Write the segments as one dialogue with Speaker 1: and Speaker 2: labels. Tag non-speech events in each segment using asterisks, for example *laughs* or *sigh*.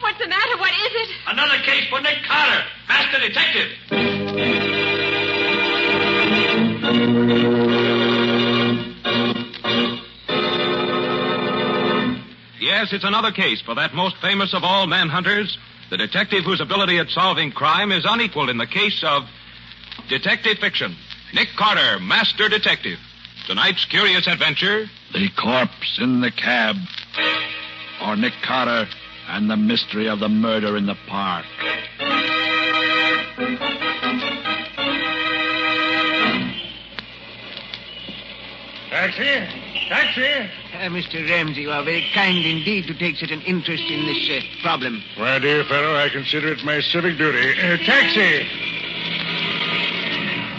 Speaker 1: What's the matter? What is it?
Speaker 2: Another case for Nick Carter, master detective. Yes, it's another case for that most famous of all manhunters, the detective whose ability at solving crime is unequaled in the case of detective fiction. Nick Carter, master detective. Tonight's curious adventure.
Speaker 3: The corpse in the cab. Or Nick Carter and the mystery of the murder in the park.
Speaker 4: Taxi! Taxi!
Speaker 5: Uh, Mr. Ramsey, you are very kind indeed to take such an interest in this uh, problem.
Speaker 4: My dear fellow, I consider it my civic duty. Uh, taxi!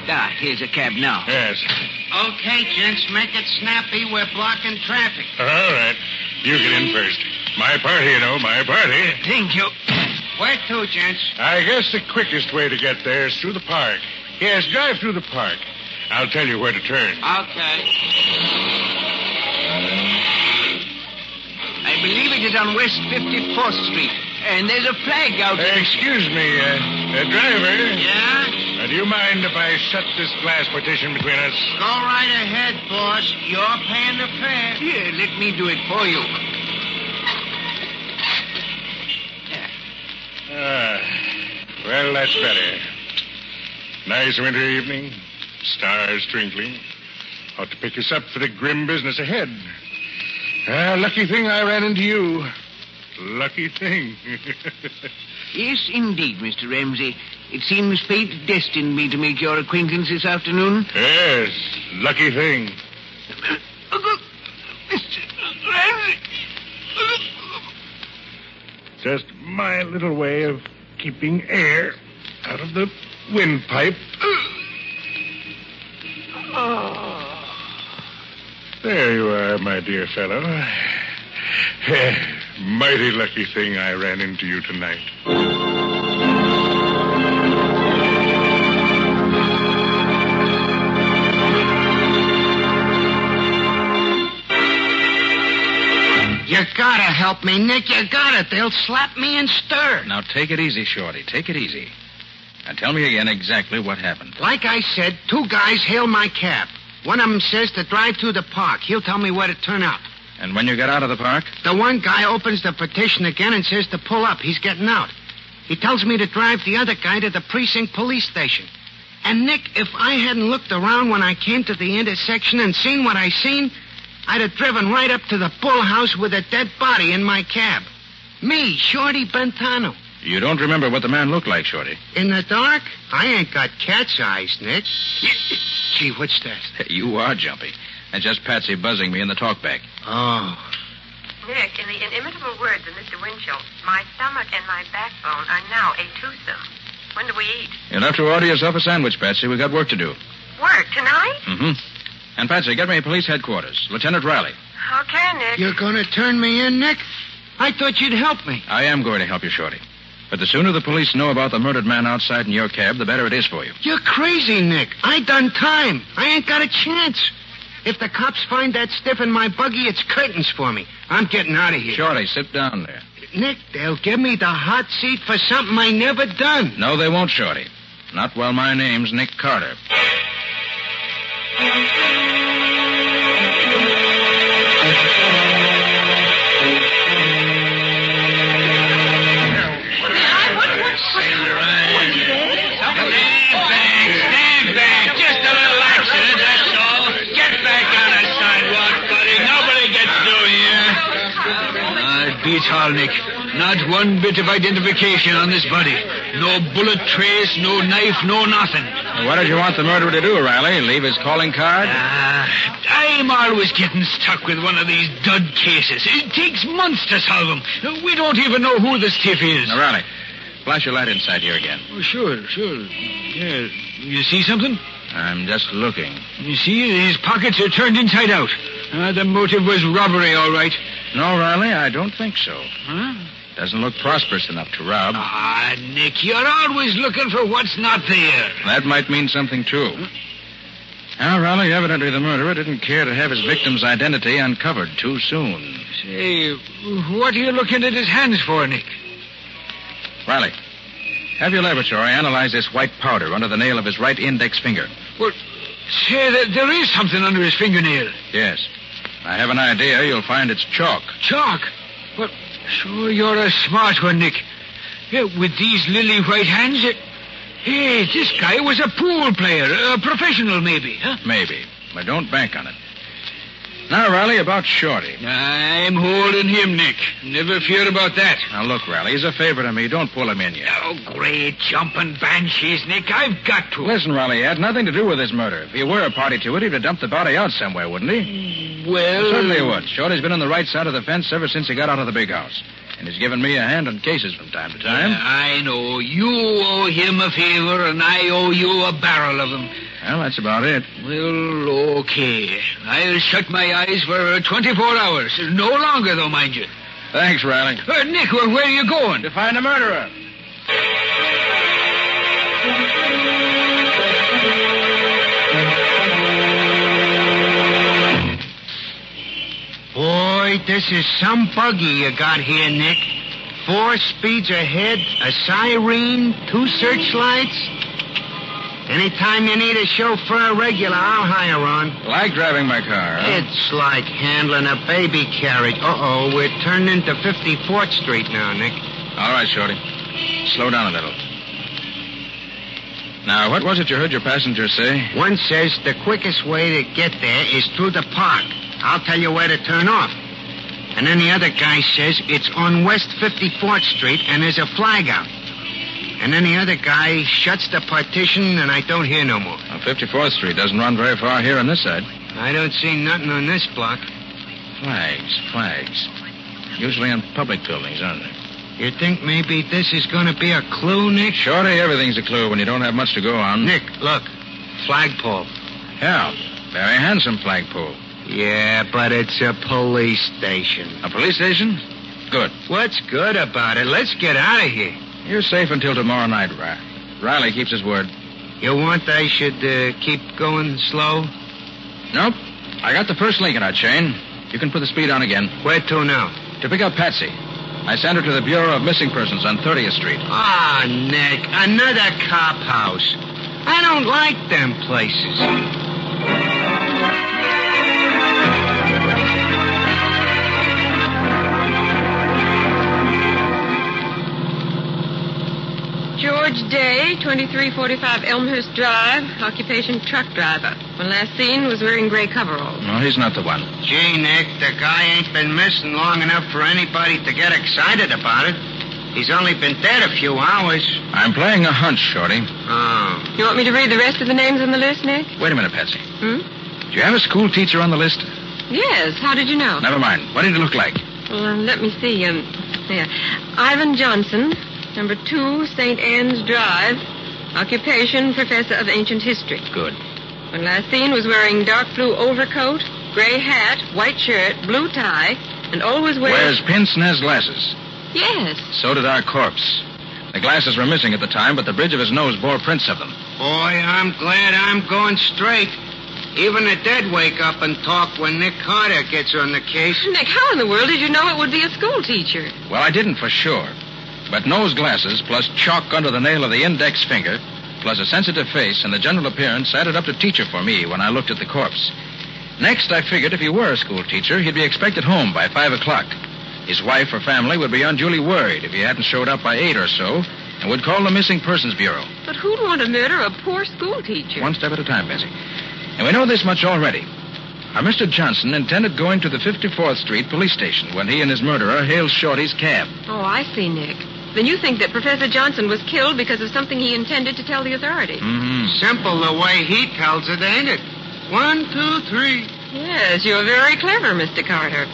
Speaker 5: Ah, here's a cab now.
Speaker 4: Yes.
Speaker 6: Okay, gents, make it snappy. We're blocking traffic.
Speaker 4: All right. You get in first. My party, you know, my party.
Speaker 5: Thank you.
Speaker 6: Where to, gents?
Speaker 4: I guess the quickest way to get there is through the park. Yes, drive through the park. I'll tell you where to turn.
Speaker 6: Okay.
Speaker 5: I believe it is on West 54th Street. And there's a flag out
Speaker 4: Uh,
Speaker 5: there.
Speaker 4: excuse me, uh, uh, driver.
Speaker 6: Yeah?
Speaker 4: Uh, do you mind if I shut this glass partition between us?
Speaker 6: Go right ahead, boss. You're paying the fare.
Speaker 5: Here, let me do it for you.
Speaker 4: Ah, well, that's better. Nice winter evening, stars twinkling. Ought to pick us up for the grim business ahead. Ah, lucky thing I ran into you. Lucky thing. *laughs*
Speaker 5: Yes, indeed, Mr. Ramsey. It seems fate destined me to make your acquaintance this afternoon.
Speaker 4: yes, lucky thing.
Speaker 5: Mr. Ramsey!
Speaker 4: Just my little way of keeping air out of the windpipe. There you are, my dear fellow. *sighs* Mighty lucky thing I ran into you tonight.
Speaker 6: You gotta help me, Nick. You gotta. They'll slap me and stir.
Speaker 2: Now take it easy, Shorty. Take it easy. And tell me again exactly what happened.
Speaker 6: Like I said, two guys hail my cab. One of them says to drive through the park. He'll tell me where to turn up.
Speaker 2: And when you got out of the park?
Speaker 6: The one guy opens the petition again and says to pull up. He's getting out. He tells me to drive the other guy to the precinct police station. And Nick, if I hadn't looked around when I came to the intersection and seen what I seen, I'd have driven right up to the bull house with a dead body in my cab. Me, Shorty Bentano.
Speaker 2: You don't remember what the man looked like, Shorty. *laughs*
Speaker 6: In the dark? I ain't got cat's eyes, Nick. Gee, what's that?
Speaker 2: You are jumpy. That's just Patsy buzzing me in the talkback.
Speaker 6: Oh.
Speaker 1: Nick, in the inimitable words of Mr. Winchell, my stomach and my backbone are now a twosome. When do we eat?
Speaker 2: You'll have to order yourself a sandwich, Patsy. We've got work to do.
Speaker 1: Work tonight?
Speaker 2: Mm-hmm. And Patsy, get me police headquarters. Lieutenant Riley.
Speaker 1: Okay, Nick.
Speaker 6: You're gonna turn me in, Nick? I thought you'd help me.
Speaker 2: I am going to help you, Shorty. But the sooner the police know about the murdered man outside in your cab, the better it is for you.
Speaker 6: You're crazy, Nick. I done time. I ain't got a chance. If the cops find that stiff in my buggy, it's curtains for me. I'm getting out of here.
Speaker 2: Shorty, sit down there.
Speaker 6: Nick, they'll give me the hot seat for something I never done.
Speaker 2: No, they won't, Shorty. Not while my name's Nick Carter.
Speaker 7: Stand back. Just a little accident, that's all. Get back on the sidewalk, buddy. Nobody gets through here.
Speaker 5: Uh, beats all, Nick. Not one bit of identification on this body. No bullet trace, no knife, no nothing.
Speaker 2: What did you want the murderer to do, Riley? Leave his calling card?
Speaker 5: Ah, I'm always getting stuck with one of these dud cases. It takes months to solve them. We don't even know who the stiff is.
Speaker 2: Now, Riley, flash your light inside here again.
Speaker 5: Oh, sure, sure. Yeah. You see something?
Speaker 2: I'm just looking.
Speaker 5: You see, his pockets are turned inside out. Ah, the motive was robbery, all right.
Speaker 2: No, Riley, I don't think so.
Speaker 5: Huh?
Speaker 2: Doesn't look prosperous enough to rob.
Speaker 5: Ah, Nick, you're always looking for what's not there.
Speaker 2: That might mean something, too. Now, Raleigh, evidently the murderer didn't care to have his victim's identity uncovered too soon.
Speaker 5: Say, what are you looking at his hands for, Nick?
Speaker 2: Riley, have your laboratory analyze this white powder under the nail of his right index finger.
Speaker 5: Well, say, there, there is something under his fingernail.
Speaker 2: Yes. I have an idea you'll find it's chalk.
Speaker 5: Chalk. Well, sure, you're a smart one, Nick. Yeah, with these lily white hands, it... Hey, this guy was a pool player, a professional, maybe, huh?
Speaker 2: Maybe. But don't bank on it. Now, Riley, about Shorty.
Speaker 5: I'm holding him, Nick. Never fear about that.
Speaker 2: Now, look, Riley, he's a favor to me. Don't pull him in yet.
Speaker 5: Oh, great jumping banshees, Nick. I've got to.
Speaker 2: Listen, Riley, he had nothing to do with this murder. If he were a party to it, he'd have dumped the body out somewhere, wouldn't he?
Speaker 5: Well...
Speaker 2: Certainly he would. Shorty's been on the right side of the fence ever since he got out of the big house. And he's given me a hand on cases from time to time.
Speaker 5: Yeah, I know. You owe him a favor, and I owe you a barrel of them.
Speaker 2: Well, that's about it.
Speaker 5: Well, okay. I'll shut my eyes for 24 hours. No longer, though, mind you.
Speaker 2: Thanks, Riley.
Speaker 5: Uh, Nick, where, where are you going?
Speaker 2: To find the murderer.
Speaker 6: Boy, this is some buggy you got here, Nick. Four speeds ahead, a siren, two searchlights. Anytime you need a chauffeur regular, I'll hire on.
Speaker 2: Like driving my car. huh?
Speaker 6: It's like handling a baby carriage. Uh-oh, we're turned into 54th Street now, Nick.
Speaker 2: All right, Shorty. Slow down a little. Now, what was it you heard your passenger say?
Speaker 6: One says the quickest way to get there is through the park. I'll tell you where to turn off. And then the other guy says it's on West 54th Street and there's a flag out. And then the other guy shuts the partition and I don't hear no more.
Speaker 2: Well, 54th Street doesn't run very far here on this side.
Speaker 6: I don't see nothing on this block.
Speaker 2: Flags, flags. Usually on public buildings, aren't they?
Speaker 6: You think maybe this is going to be a clue, Nick?
Speaker 2: Shorty, everything's a clue when you don't have much to go on.
Speaker 6: Nick, look. Flagpole.
Speaker 2: Yeah, very handsome flagpole.
Speaker 6: Yeah, but it's a police station.
Speaker 2: A police station? Good.
Speaker 6: What's good about it? Let's get out of here.
Speaker 2: You're safe until tomorrow night, Riley. Riley keeps his word.
Speaker 6: You want I should uh, keep going slow?
Speaker 2: Nope. I got the first link in our chain. You can put the speed on again.
Speaker 6: Where to now?
Speaker 2: To pick up Patsy. I sent her to the Bureau of Missing Persons on 30th Street.
Speaker 6: Ah, Nick, another cop house. I don't like them places.
Speaker 7: George Day, 2345 Elmhurst Drive, occupation truck driver. When last seen was wearing gray coveralls.
Speaker 2: No, he's not the one.
Speaker 6: Gee, Nick, the guy ain't been missing long enough for anybody to get excited about it. He's only been dead a few hours.
Speaker 2: I'm playing a hunch, Shorty.
Speaker 6: Oh.
Speaker 7: You want me to read the rest of the names on the list, Nick?
Speaker 2: Wait a minute, Patsy.
Speaker 7: Hmm?
Speaker 2: Do you have a school teacher on the list?
Speaker 7: Yes. How did you know?
Speaker 2: Never mind. What did it look like?
Speaker 7: Well, um, let me see. Um, there. Ivan Johnson, number two, St. Anne's Drive. Occupation, professor of ancient history.
Speaker 2: Good.
Speaker 7: When last seen was wearing dark blue overcoat, gray hat, white shirt, blue tie, and always wearing...
Speaker 2: Wears pince nez glasses.
Speaker 7: Yes.
Speaker 2: So did our corpse. The glasses were missing at the time, but the bridge of his nose bore prints of them.
Speaker 6: Boy, I'm glad I'm going straight. Even the dead wake up and talk when Nick Carter gets on the case.
Speaker 7: Nick, how in the world did you know it would be a school teacher?
Speaker 2: Well, I didn't for sure. But nose glasses plus chalk under the nail of the index finger plus a sensitive face and the general appearance added up to teacher for me when I looked at the corpse. Next, I figured if he were a school teacher, he'd be expected home by five o'clock. His wife or family would be unduly worried if he hadn't showed up by eight or so and would call the Missing Persons Bureau.
Speaker 7: But who'd want to murder a poor school teacher?
Speaker 2: One step at a time, Bessie. And we know this much already. Our Mr. Johnson intended going to the 54th Street police station when he and his murderer hailed Shorty's cab.
Speaker 7: Oh, I see, Nick. Then you think that Professor Johnson was killed because of something he intended to tell the authorities?
Speaker 2: Mm-hmm.
Speaker 6: Simple the way he tells it, ain't it? One, two, three.
Speaker 7: Yes, you're very clever, Mr. Carter.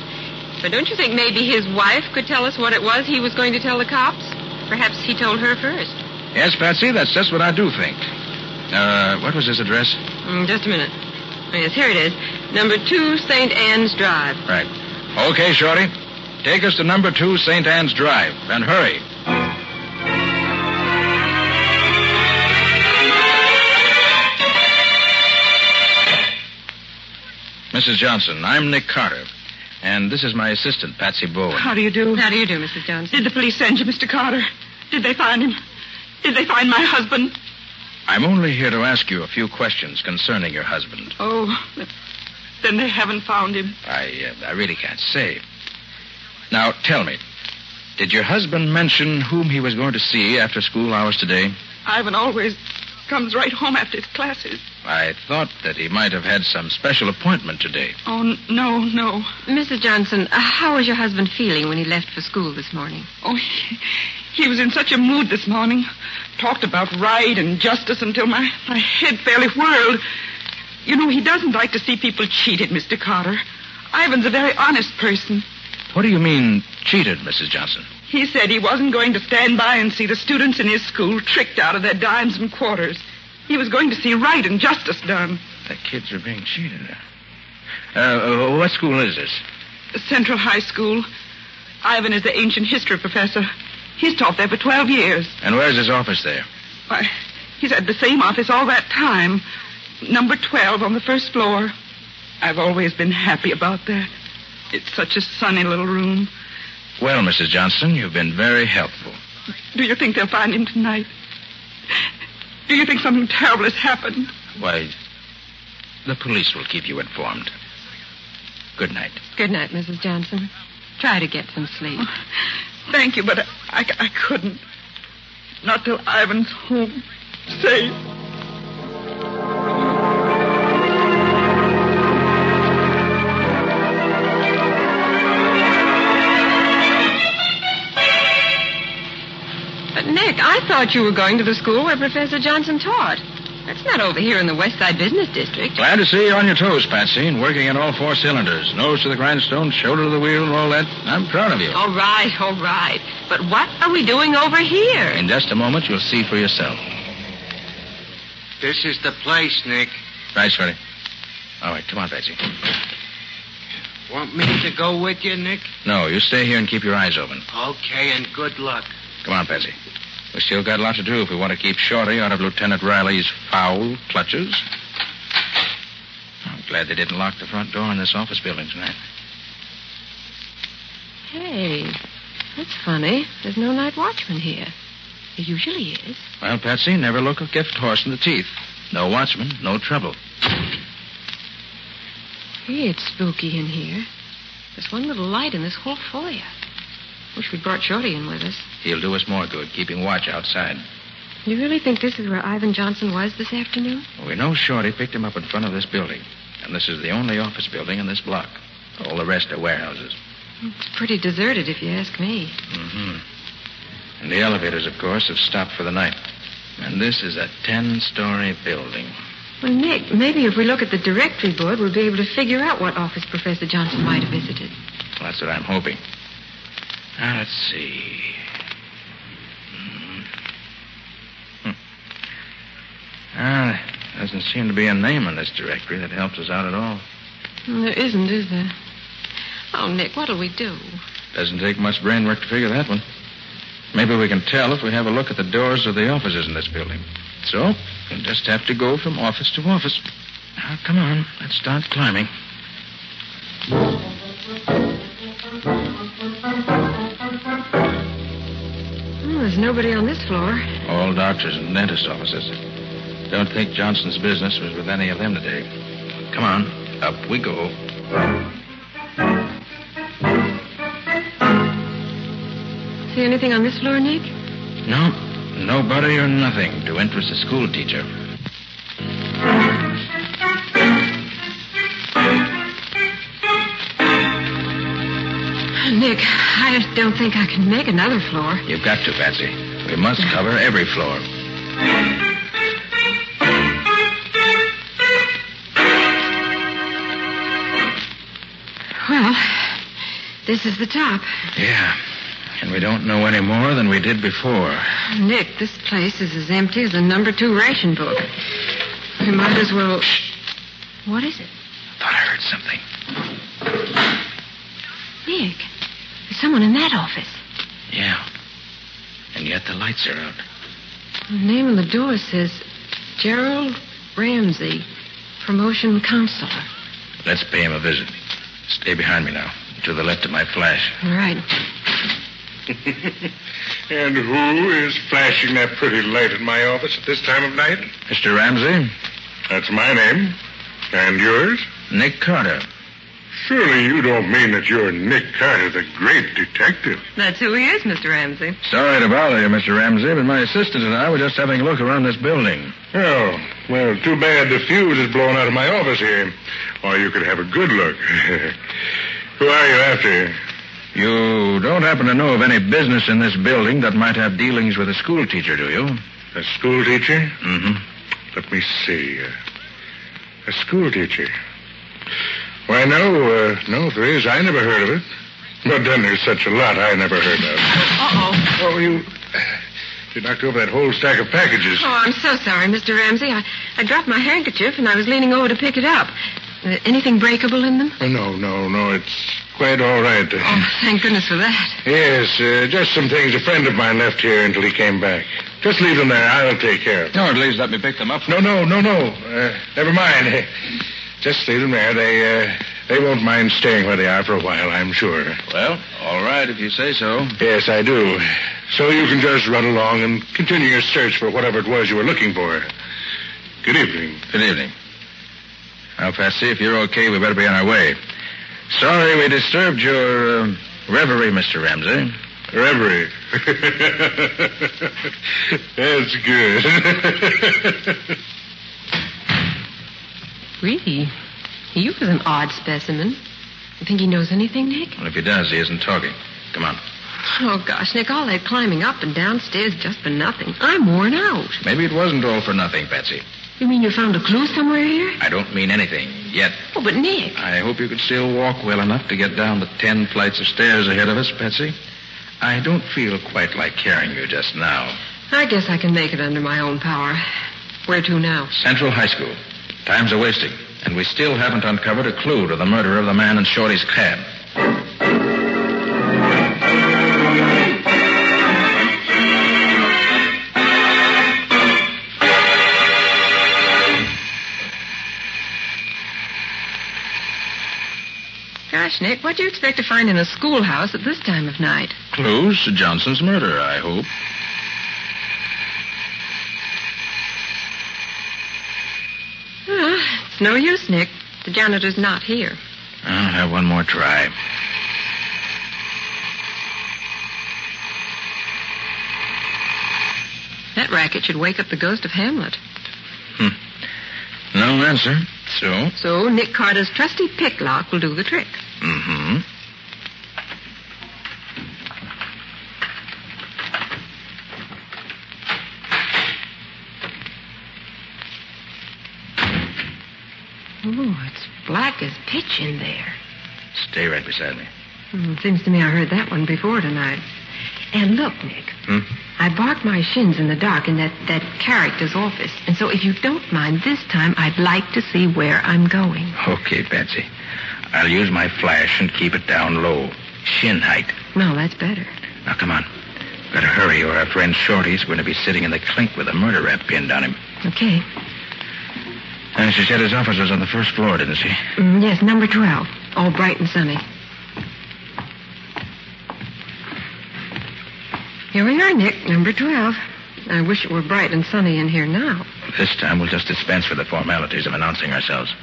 Speaker 7: But don't you think maybe his wife could tell us what it was he was going to tell the cops? Perhaps he told her first.
Speaker 2: Yes, Patsy, that's just what I do think. Uh, what was his address?
Speaker 7: Mm, just a minute. Oh, yes, here it is. Number two, St. Anne's Drive.
Speaker 2: Right. Okay, Shorty. Take us to number two, St. Anne's Drive, and hurry. Mrs. Johnson, I'm Nick Carter, and this is my assistant, Patsy Bowen.
Speaker 6: How do you do?
Speaker 7: How do you do, Mrs. Johnson?
Speaker 6: Did the police send you, Mr. Carter? Did they find him? Did they find my husband?
Speaker 2: I'm only here to ask you a few questions concerning your husband.
Speaker 6: Oh, th- then they haven't found him.
Speaker 2: I, uh, I really can't say. Now, tell me, did your husband mention whom he was going to see after school hours today?
Speaker 6: Ivan always comes right home after his classes.
Speaker 2: I thought that he might have had some special appointment today.
Speaker 6: Oh, n- no, no.
Speaker 7: Mrs. Johnson, uh, how was your husband feeling when he left for school this morning?
Speaker 6: Oh, he, he was in such a mood this morning. Talked about right and justice until my, my head fairly whirled. You know, he doesn't like to see people cheated, Mr. Carter. Ivan's a very honest person.
Speaker 2: What do you mean, cheated, Mrs. Johnson?
Speaker 6: He said he wasn't going to stand by and see the students in his school tricked out of their dimes and quarters. He was going to see right and justice done.
Speaker 2: The kids are being cheated. Uh, uh, what school is this?
Speaker 6: Central High School. Ivan is the ancient history professor. He's taught there for 12 years.
Speaker 2: And where's his office there?
Speaker 6: Why, he's had the same office all that time. Number 12 on the first floor. I've always been happy about that. It's such a sunny little room.
Speaker 2: Well, Mrs. Johnson, you've been very helpful.
Speaker 6: Do you think they'll find him tonight? Do you think something terrible has happened?
Speaker 2: Why, the police will keep you informed. Good night.
Speaker 7: Good night, Mrs. Johnson. Try to get some sleep.
Speaker 6: Thank you, but I, I, I couldn't. Not till Ivan's home. Safe.
Speaker 7: But, Nick, I thought you were going to the school where Professor Johnson taught. That's not over here in the West Side Business District.
Speaker 2: Glad to see you on your toes, Patsy, and working at all four cylinders. Nose to the grindstone, shoulder to the wheel, and all that. I'm proud of you.
Speaker 7: All right, all right. But what are we doing over here?
Speaker 2: In just a moment, you'll see for yourself.
Speaker 8: This is the place, Nick.
Speaker 2: Right, Sweaty. All right, come on, Patsy.
Speaker 8: Want me to go with you, Nick?
Speaker 2: No, you stay here and keep your eyes open.
Speaker 8: Okay, and good luck.
Speaker 2: Come on, Patsy. We still got a lot to do if we want to keep Shorty out of Lieutenant Riley's foul clutches. I'm glad they didn't lock the front door in this office building tonight.
Speaker 7: Hey, that's funny. There's no night watchman here. There usually is.
Speaker 2: Well, Patsy, never look a gift horse in the teeth. No watchman, no trouble.
Speaker 7: Hey, it's spooky in here. There's one little light in this whole foyer. Wish we'd brought Shorty in with us.
Speaker 2: He'll do us more good keeping watch outside.
Speaker 7: You really think this is where Ivan Johnson was this afternoon?
Speaker 2: We know Shorty picked him up in front of this building, and this is the only office building in this block. All the rest are warehouses.
Speaker 7: It's pretty deserted, if you ask me.
Speaker 2: Mm-hmm. And the elevators, of course, have stopped for the night. And this is a ten-story building.
Speaker 7: Well, Nick, maybe if we look at the directory board, we'll be able to figure out what office Professor Johnson might have visited.
Speaker 2: Well, that's what I'm hoping. Now, let's see. Hmm. Hmm. Ah, there doesn't seem to be a name in this directory that helps us out at all.
Speaker 7: There isn't, is there? Oh, Nick, what'll we do?
Speaker 2: Doesn't take much brain work to figure that one. Maybe we can tell if we have a look at the doors of the offices in this building. So, we'll just have to go from office to office. Now, come on, let's start climbing.
Speaker 7: Hmm, there's nobody on this floor.
Speaker 2: All doctors and dentist offices. Don't think Johnson's business was with any of them today. Come on, up we go.
Speaker 7: See anything on this floor, Nick?
Speaker 2: No, nobody or nothing to interest a school teacher.
Speaker 7: Nick, I don't think I can make another floor.
Speaker 2: You've got to, Patsy. We must cover every floor.
Speaker 7: Well, this is the top.
Speaker 2: Yeah. And we don't know any more than we did before.
Speaker 7: Nick, this place is as empty as a number two ration book. We might as well. What is it?
Speaker 2: I thought I heard something.
Speaker 7: Nick, there's someone in that office.
Speaker 9: Yeah. And yet the lights are out.
Speaker 7: The name on the door says Gerald Ramsey, promotion counselor.
Speaker 9: Let's pay him a visit. Stay behind me now. To the left of my flash.
Speaker 7: All right.
Speaker 4: And who is flashing that pretty light in my office at this time of night?
Speaker 9: Mr. Ramsey?
Speaker 4: That's my name. And yours?
Speaker 9: Nick Carter.
Speaker 4: Surely you don't mean that you're Nick Carter, the great detective.
Speaker 7: That's who he is, Mr. Ramsey.
Speaker 2: Sorry to bother you, Mr. Ramsey, but my assistant and I were just having a look around this building.
Speaker 4: Oh, well, too bad the fuse is blown out of my office here. Or you could have a good look. *laughs* who are you after?
Speaker 2: You don't happen to know of any business in this building that might have dealings with a school teacher, do you?
Speaker 4: A school teacher?
Speaker 2: Mm-hmm.
Speaker 4: Let me see. Uh, a school teacher. Why, no, uh, no, if there is, I never heard of it. But then there's such a lot I never heard of.
Speaker 7: Uh-oh.
Speaker 4: Oh, you... You knocked over that whole stack of packages.
Speaker 7: Oh, I'm so sorry, Mr. Ramsey. I, I dropped my handkerchief and I was leaning over to pick it up. Uh, anything breakable in them?
Speaker 4: Oh, no, no, no, it's quite all right.
Speaker 7: Oh, thank goodness for that.
Speaker 4: Yes, uh, just some things a friend of mine left here until he came back. Just leave them there. I'll take care of them.
Speaker 2: No, at least let me pick them up.
Speaker 4: No, no, no, no. Uh, never mind. *laughs* Just leave them there. They, uh, they won't mind staying where they are for a while, I'm sure.
Speaker 2: Well, all right, if you say so.
Speaker 4: Yes, I do. So you can just run along and continue your search for whatever it was you were looking for. Good evening.
Speaker 2: Good evening. Now, Patsy, if you're okay, we better be on our way. Sorry we disturbed your um, reverie, Mr. Ramsey. *laughs*
Speaker 4: Reverie. That's good.
Speaker 7: Really? He was an odd specimen. You think he knows anything, Nick?
Speaker 2: Well, if he does, he isn't talking. Come on.
Speaker 7: Oh, gosh, Nick, all that climbing up and downstairs just for nothing. I'm worn out.
Speaker 2: Maybe it wasn't all for nothing, Patsy.
Speaker 7: You mean you found a clue somewhere here?
Speaker 2: I don't mean anything yet.
Speaker 7: Oh, but Nick.
Speaker 2: I hope you could still walk well enough to get down the ten flights of stairs ahead of us, Patsy. I don't feel quite like carrying you just now.
Speaker 7: I guess I can make it under my own power. Where to now?
Speaker 2: Central High School. Times are wasting, and we still haven't uncovered a clue to the murder of the man in Shorty's cab.
Speaker 7: Gosh, Nick, what do you expect to find in a schoolhouse at this time of night?
Speaker 2: Clues to Johnson's murder, I hope.
Speaker 7: Well, it's no use, Nick. The janitor's not here.
Speaker 2: I'll have one more try.
Speaker 7: That racket should wake up the ghost of Hamlet.
Speaker 2: No answer. So?
Speaker 7: So Nick Carter's trusty picklock will do the trick.
Speaker 2: Mm-hmm.
Speaker 7: Ooh, it's black as pitch in there.
Speaker 2: Stay right beside me.
Speaker 7: Hmm, seems to me I heard that one before tonight. And look, Nick,
Speaker 2: Hmm?
Speaker 7: I barked my shins in the dark in that, that character's office. And so if you don't mind this time, I'd like to see where I'm going.
Speaker 2: Okay, Patsy. I'll use my flash and keep it down low. Shin height.
Speaker 7: No, that's better.
Speaker 2: Now, come on. Better hurry, or our friend Shorty's going to be sitting in the clink with a murder rap pinned on him.
Speaker 7: Okay.
Speaker 2: And she said his office was on the first floor, didn't she?
Speaker 7: Mm, yes, number 12. All bright and sunny. Here we are, Nick, number 12. I wish it were bright and sunny in here now.
Speaker 2: This time, we'll just dispense with the formalities of announcing ourselves.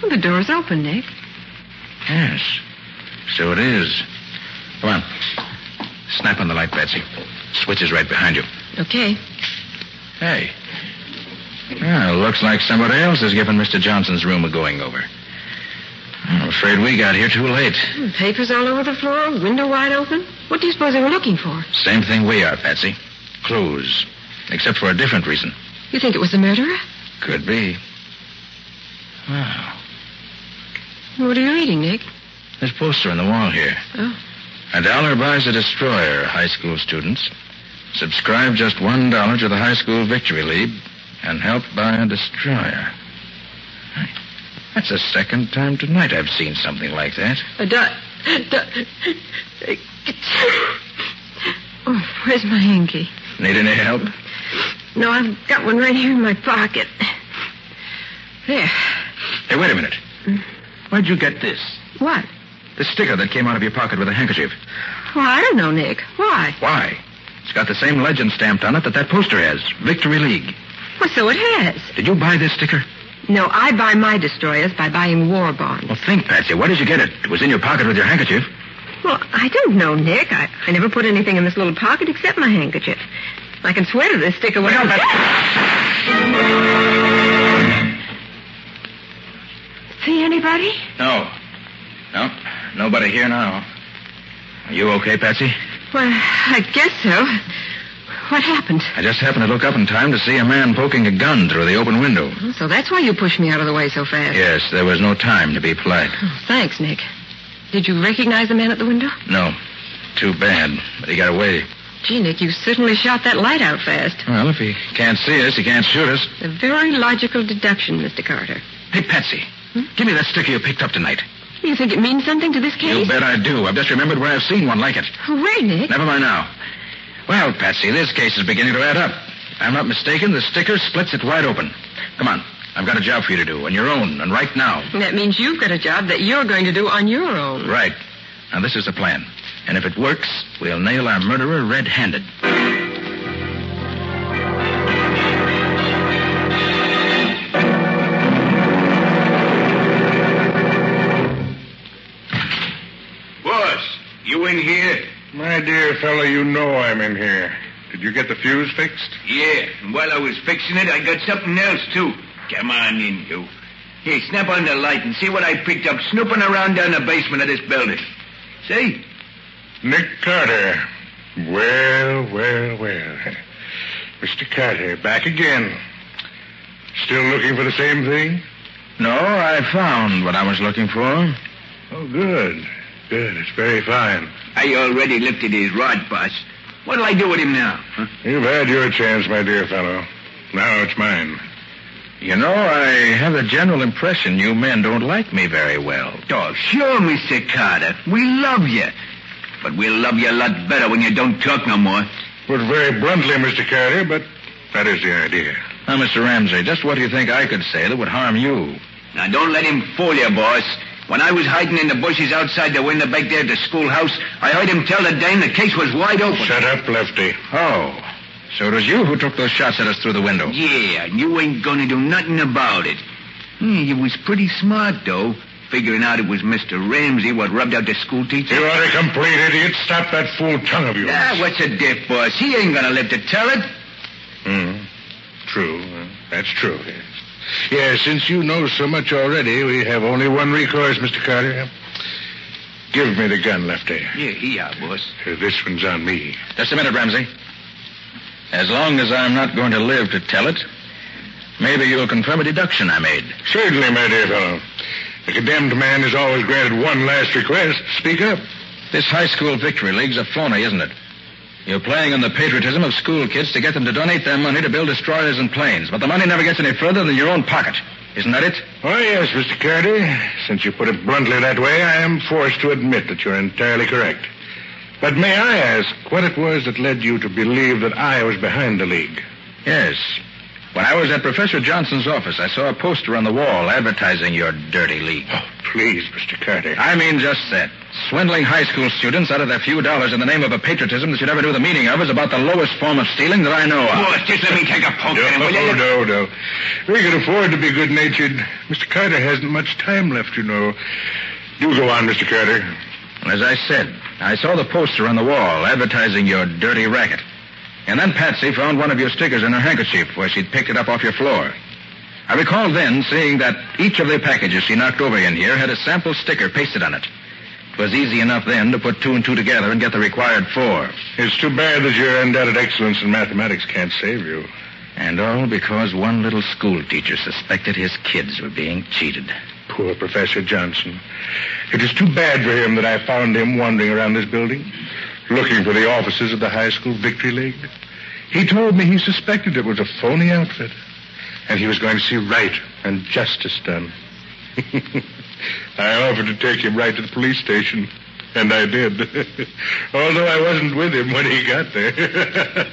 Speaker 7: Well, the door's open, Nick.
Speaker 2: Yes. So it is. Come on. Snap on the light, Patsy. Switch is right behind you.
Speaker 7: Okay.
Speaker 2: Hey. Well, looks like somebody else has given Mr. Johnson's room a going over. I'm afraid we got here too late.
Speaker 7: Hmm, Papers all over the floor, window wide open. What do you suppose they were looking for?
Speaker 2: Same thing we are, Patsy. Clues. Except for a different reason.
Speaker 7: You think it was the murderer?
Speaker 2: Could be. Wow.
Speaker 7: What are you reading, Nick?
Speaker 2: There's a poster on the wall here.
Speaker 7: Oh.
Speaker 2: A dollar buys a destroyer, high school students. Subscribe just one dollar to the High School Victory League and help buy a destroyer. That's the second time tonight I've seen something like that.
Speaker 7: A, do- *laughs* Oh, where's my hanky?
Speaker 2: Need any help?
Speaker 7: No, I've got one right here in my pocket. There.
Speaker 2: Hey, wait a minute. Where'd you get this?
Speaker 7: What?
Speaker 2: The sticker that came out of your pocket with a handkerchief.
Speaker 7: Well, I don't know, Nick. Why?
Speaker 2: Why? It's got the same legend stamped on it that that poster has Victory League.
Speaker 7: Well, so it has.
Speaker 2: Did you buy this sticker?
Speaker 7: No, I buy my destroyers by buying war bonds.
Speaker 2: Well, think, Patsy. Where did you get it? It was in your pocket with your handkerchief.
Speaker 7: Well, I don't know, Nick. I, I never put anything in this little pocket except my handkerchief. I can swear to this sticker was.
Speaker 10: Look out,
Speaker 7: See anybody?
Speaker 2: No. No. Nobody here now. Are you okay, Patsy?
Speaker 7: Well, I guess so. What happened?
Speaker 2: I just happened to look up in time to see a man poking a gun through the open window.
Speaker 7: So that's why you pushed me out of the way so fast.
Speaker 2: Yes, there was no time to be polite.
Speaker 7: Thanks, Nick. Did you recognize the man at the window?
Speaker 2: No. Too bad. But he got away.
Speaker 7: Gee, Nick, you certainly shot that light out fast.
Speaker 2: Well, if he can't see us, he can't shoot us.
Speaker 7: A very logical deduction, Mr. Carter.
Speaker 2: Hey, Patsy. Give me that sticker you picked up tonight.
Speaker 7: You think it means something to this
Speaker 2: You
Speaker 7: case?
Speaker 2: bet I do. I've just remembered where I've seen one like it.
Speaker 7: Where, Nick?
Speaker 2: Never mind now. Well, Patsy, this case is beginning to add up. If I'm not mistaken, the sticker splits it wide open. Come on. I've got a job for you to do, on your own, and right now.
Speaker 7: That means you've got a job that you're going to do on your own.
Speaker 2: Right. Now, this is the plan. And if it works, we'll nail our murderer red handed.
Speaker 4: Boss, you in here? My dear fellow, you know I'm in here. Did you get the fuse fixed?
Speaker 11: Yeah, and while I was fixing it, I got something else, too. Come on in, you. Here, snap on the light and see what I picked up snooping around down the basement of this building. See?
Speaker 4: Nick Carter. Well, well, well. *laughs* Mr. Carter, back again. Still looking for the same thing?
Speaker 2: No, I found what I was looking for.
Speaker 4: Oh, good. Good. It's very fine.
Speaker 11: I already lifted his rod, boss. What'll I do with him now?
Speaker 4: You've had your chance, my dear fellow. Now it's mine.
Speaker 2: You know, I have the general impression you men don't like me very well.
Speaker 11: Oh, sure, Mr. Carter. We love you. But we'll love you a lot better when you don't talk no more.
Speaker 4: Put very bluntly, Mr. Carter, but that is the idea.
Speaker 2: Now, Mr. Ramsey, just what do you think I could say that would harm you?
Speaker 11: Now, don't let him fool you, boss. When I was hiding in the bushes outside the window back there at the schoolhouse, I heard him tell the dame the case was wide open.
Speaker 4: Shut up, Lefty.
Speaker 2: Oh. So it was you who took those shots at us through the window.
Speaker 11: Yeah, and you ain't gonna do nothing about it. Hmm, you was pretty smart, though, figuring out it was Mr. Ramsey what rubbed out the school teacher.
Speaker 4: You are a complete idiot. Stop that fool tongue of yours.
Speaker 11: Ah, what's a diff, boss? He ain't gonna live to tell it.
Speaker 4: Hmm. True. That's true. Yes. Yes, since you know so much already, we have only one recourse, Mr. Carter. Give me the gun, Lefty.
Speaker 11: Yeah, here, boss.
Speaker 4: This one's on me.
Speaker 2: Just a minute, Ramsey. As long as I'm not going to live to tell it, maybe you'll confirm a deduction I made.
Speaker 4: Certainly, my dear fellow. The condemned man is always granted one last request. Speak up.
Speaker 2: This high school victory league's a phony, isn't it? You're playing on the patriotism of school kids to get them to donate their money to build destroyers and planes, but the money never gets any further than your own pocket. Isn't that it?
Speaker 4: Oh, yes, Mr. Carter. Since you put it bluntly that way, I am forced to admit that you're entirely correct. But may I ask what it was that led you to believe that I was behind the league?
Speaker 2: Yes. When I was at Professor Johnson's office, I saw a poster on the wall advertising your dirty league. Oh,
Speaker 4: please, Mr. Carter.
Speaker 2: I mean just that. Swindling high school students out of their few dollars in the name of a patriotism that you never knew the meaning of is about the lowest form of stealing that I know of.
Speaker 11: Boss, just let me take a poke at him,
Speaker 4: no,
Speaker 11: will you?
Speaker 4: no, no. We can afford to be good natured. Mr. Carter hasn't much time left, you know. Do go on, Mr. Carter.
Speaker 2: Well, As I said, I saw the poster on the wall advertising your dirty racket. And then Patsy found one of your stickers in her handkerchief where she'd picked it up off your floor. I recall then seeing that each of the packages she knocked over in here had a sample sticker pasted on it. It was easy enough then to put two and two together and get the required four.
Speaker 4: It's too bad that your undoubted excellence in mathematics can't save you.
Speaker 2: And all because one little school teacher suspected his kids were being cheated.
Speaker 4: Poor Professor Johnson. It is too bad for him that I found him wandering around this building, looking for the offices of the High School Victory League. He told me he suspected it was a phony outfit, and he was going to see right and *laughs* justice done. I offered to take him right to the police station, And I did. *laughs* Although I wasn't with him when he got there.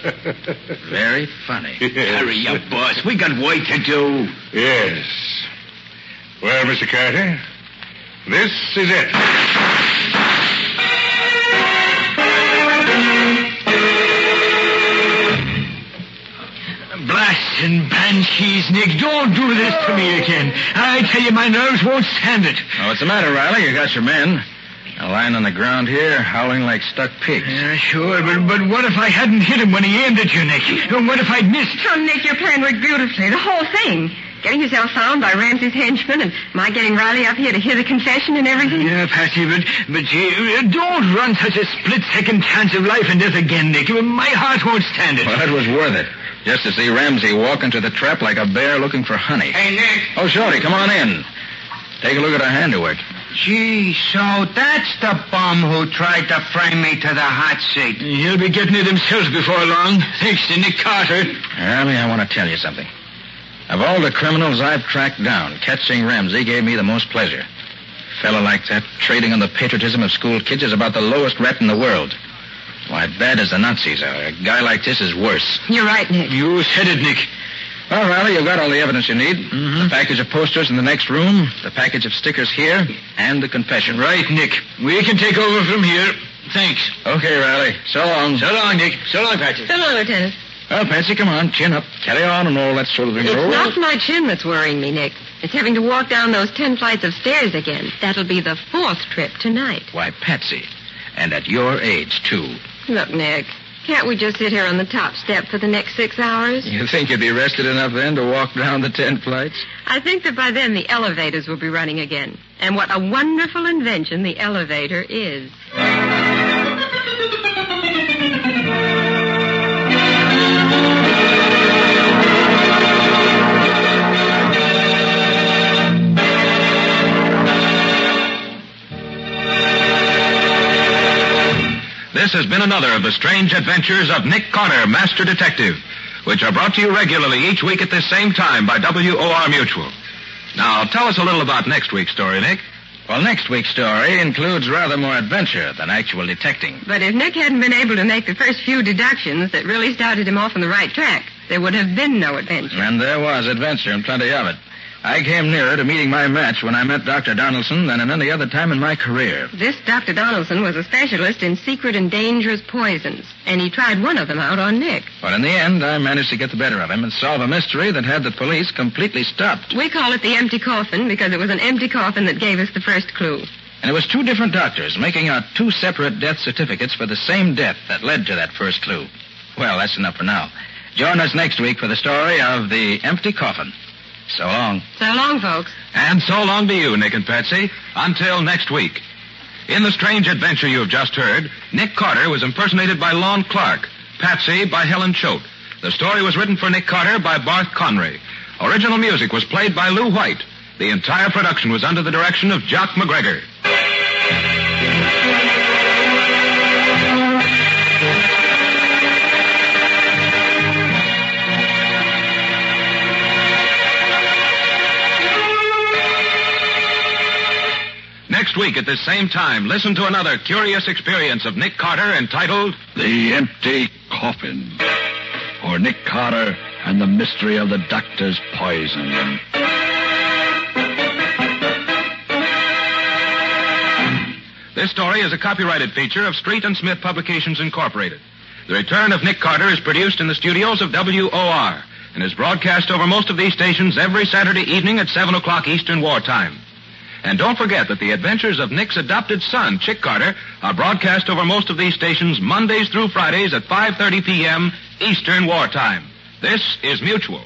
Speaker 2: Very
Speaker 4: *laughs*
Speaker 2: funny.
Speaker 4: Hurry up, boss. We got work to do. *laughs* Yes. Well, Mr. Carter, this is it.
Speaker 5: Blasts and banshees, Nick. Don't do this to me again. I tell you, my nerves won't stand it.
Speaker 2: Now, what's the matter, Riley? You got your men. Now, lying on the ground here, howling like stuck pigs.
Speaker 5: Yeah, sure, but, but what if I hadn't hit him when he aimed at you, Nick? And what if I'd missed?
Speaker 7: Oh, Nick, your plan worked beautifully. The whole thing. Getting yourself found by Ramsey's henchmen and my getting Riley up here to hear the confession and everything.
Speaker 5: Yeah, Patsy, but, but gee, uh, don't run such a split-second chance of life and death again, Nick. My heart won't stand it.
Speaker 2: Well, it was worth it. Just to see Ramsey walk into the trap like a bear looking for honey.
Speaker 5: Hey, Nick.
Speaker 2: Oh, Shorty, come on in. Take a look at our handiwork.
Speaker 6: Gee, so that's the bum who tried to frame me to the hot seat.
Speaker 5: He'll be getting it himself before long, thanks to Nick Carter.
Speaker 2: Riley, I want to tell you something. Of all the criminals I've tracked down, catching Ramsey gave me the most pleasure. Fellow like that, trading on the patriotism of school kids, is about the lowest rat in the world. Why, bad as the Nazis are, a guy like this is worse.
Speaker 7: You're right, Nick.
Speaker 5: You said it, Nick. Mm-hmm.
Speaker 2: Well, Riley, you've got all the evidence you need. The package of posters in the next room, the package of stickers here, and the confession.
Speaker 5: Right, Nick. We can take over from here. Thanks.
Speaker 2: Okay, Riley. So long.
Speaker 5: So long, Nick. So long,
Speaker 2: Mm-hmm.
Speaker 5: Patsy.
Speaker 7: Come on, Lieutenant.
Speaker 2: Well, Oh, Patsy, come on. Chin up. Carry on and all that sort of thing. Oh.
Speaker 7: It's
Speaker 2: Roll.
Speaker 7: not my chin that's worrying me, Nick. It's having to walk down those ten flights of stairs again. That'll be the fourth trip tonight.
Speaker 2: Why, Patsy. And at your age, too.
Speaker 7: Look, Nick, can't we just sit here on the top step for the next six hours?
Speaker 2: You think you'd be rested enough then to walk down the ten flights?
Speaker 7: I think that by then the elevators will be running again. And what a wonderful invention the elevator is.
Speaker 12: This has been another of the strange adventures of Nick Carter, Master Detective, which are brought to you regularly each week at this same time by WOR Mutual. Now, tell us a little about next week's story, Nick.
Speaker 2: Well, next week's story includes rather more adventure than actual detecting.
Speaker 7: But if Nick hadn't been able to make the first few deductions that really started him off on the right track, there would have been no adventure.
Speaker 2: And there was adventure and plenty of it. I came nearer to meeting my match when I met Dr. Donaldson than at any other time in my career.
Speaker 7: This Dr. Donaldson was a specialist in secret and dangerous poisons, and he tried one of them out on Nick.
Speaker 2: But in the end, I managed to get the better of him and solve a mystery that had the police completely stopped.
Speaker 7: We call it the empty coffin because it was an empty coffin that gave us the first clue.
Speaker 2: And it was two different doctors making out two separate death certificates for the same death that led to that first clue. Well, that's enough for now. Join us next week for the story of the empty coffin. So long.
Speaker 7: So long, folks.
Speaker 12: And so long to you, Nick and Patsy. Until next week. In the strange adventure you have just heard, Nick Carter was impersonated by Lon Clark, Patsy by Helen Choate. The story was written for Nick Carter by Barth Conry. Original music was played by Lou White. The entire production was under the direction of Jock McGregor. Next week at this same time, listen to another curious experience of Nick Carter entitled
Speaker 3: The Empty Coffin. Or Nick Carter and the Mystery of the Doctor's Poison.
Speaker 12: This story is a copyrighted feature of Street and Smith Publications Incorporated. The Return of Nick Carter is produced in the studios of WOR and is broadcast over most of these stations every Saturday evening at 7 o'clock Eastern Wartime. And don't forget that the adventures of Nick's adopted son, Chick Carter, are broadcast over most of these stations Mondays through Fridays at 5.30 p.m. Eastern Wartime. This is Mutual.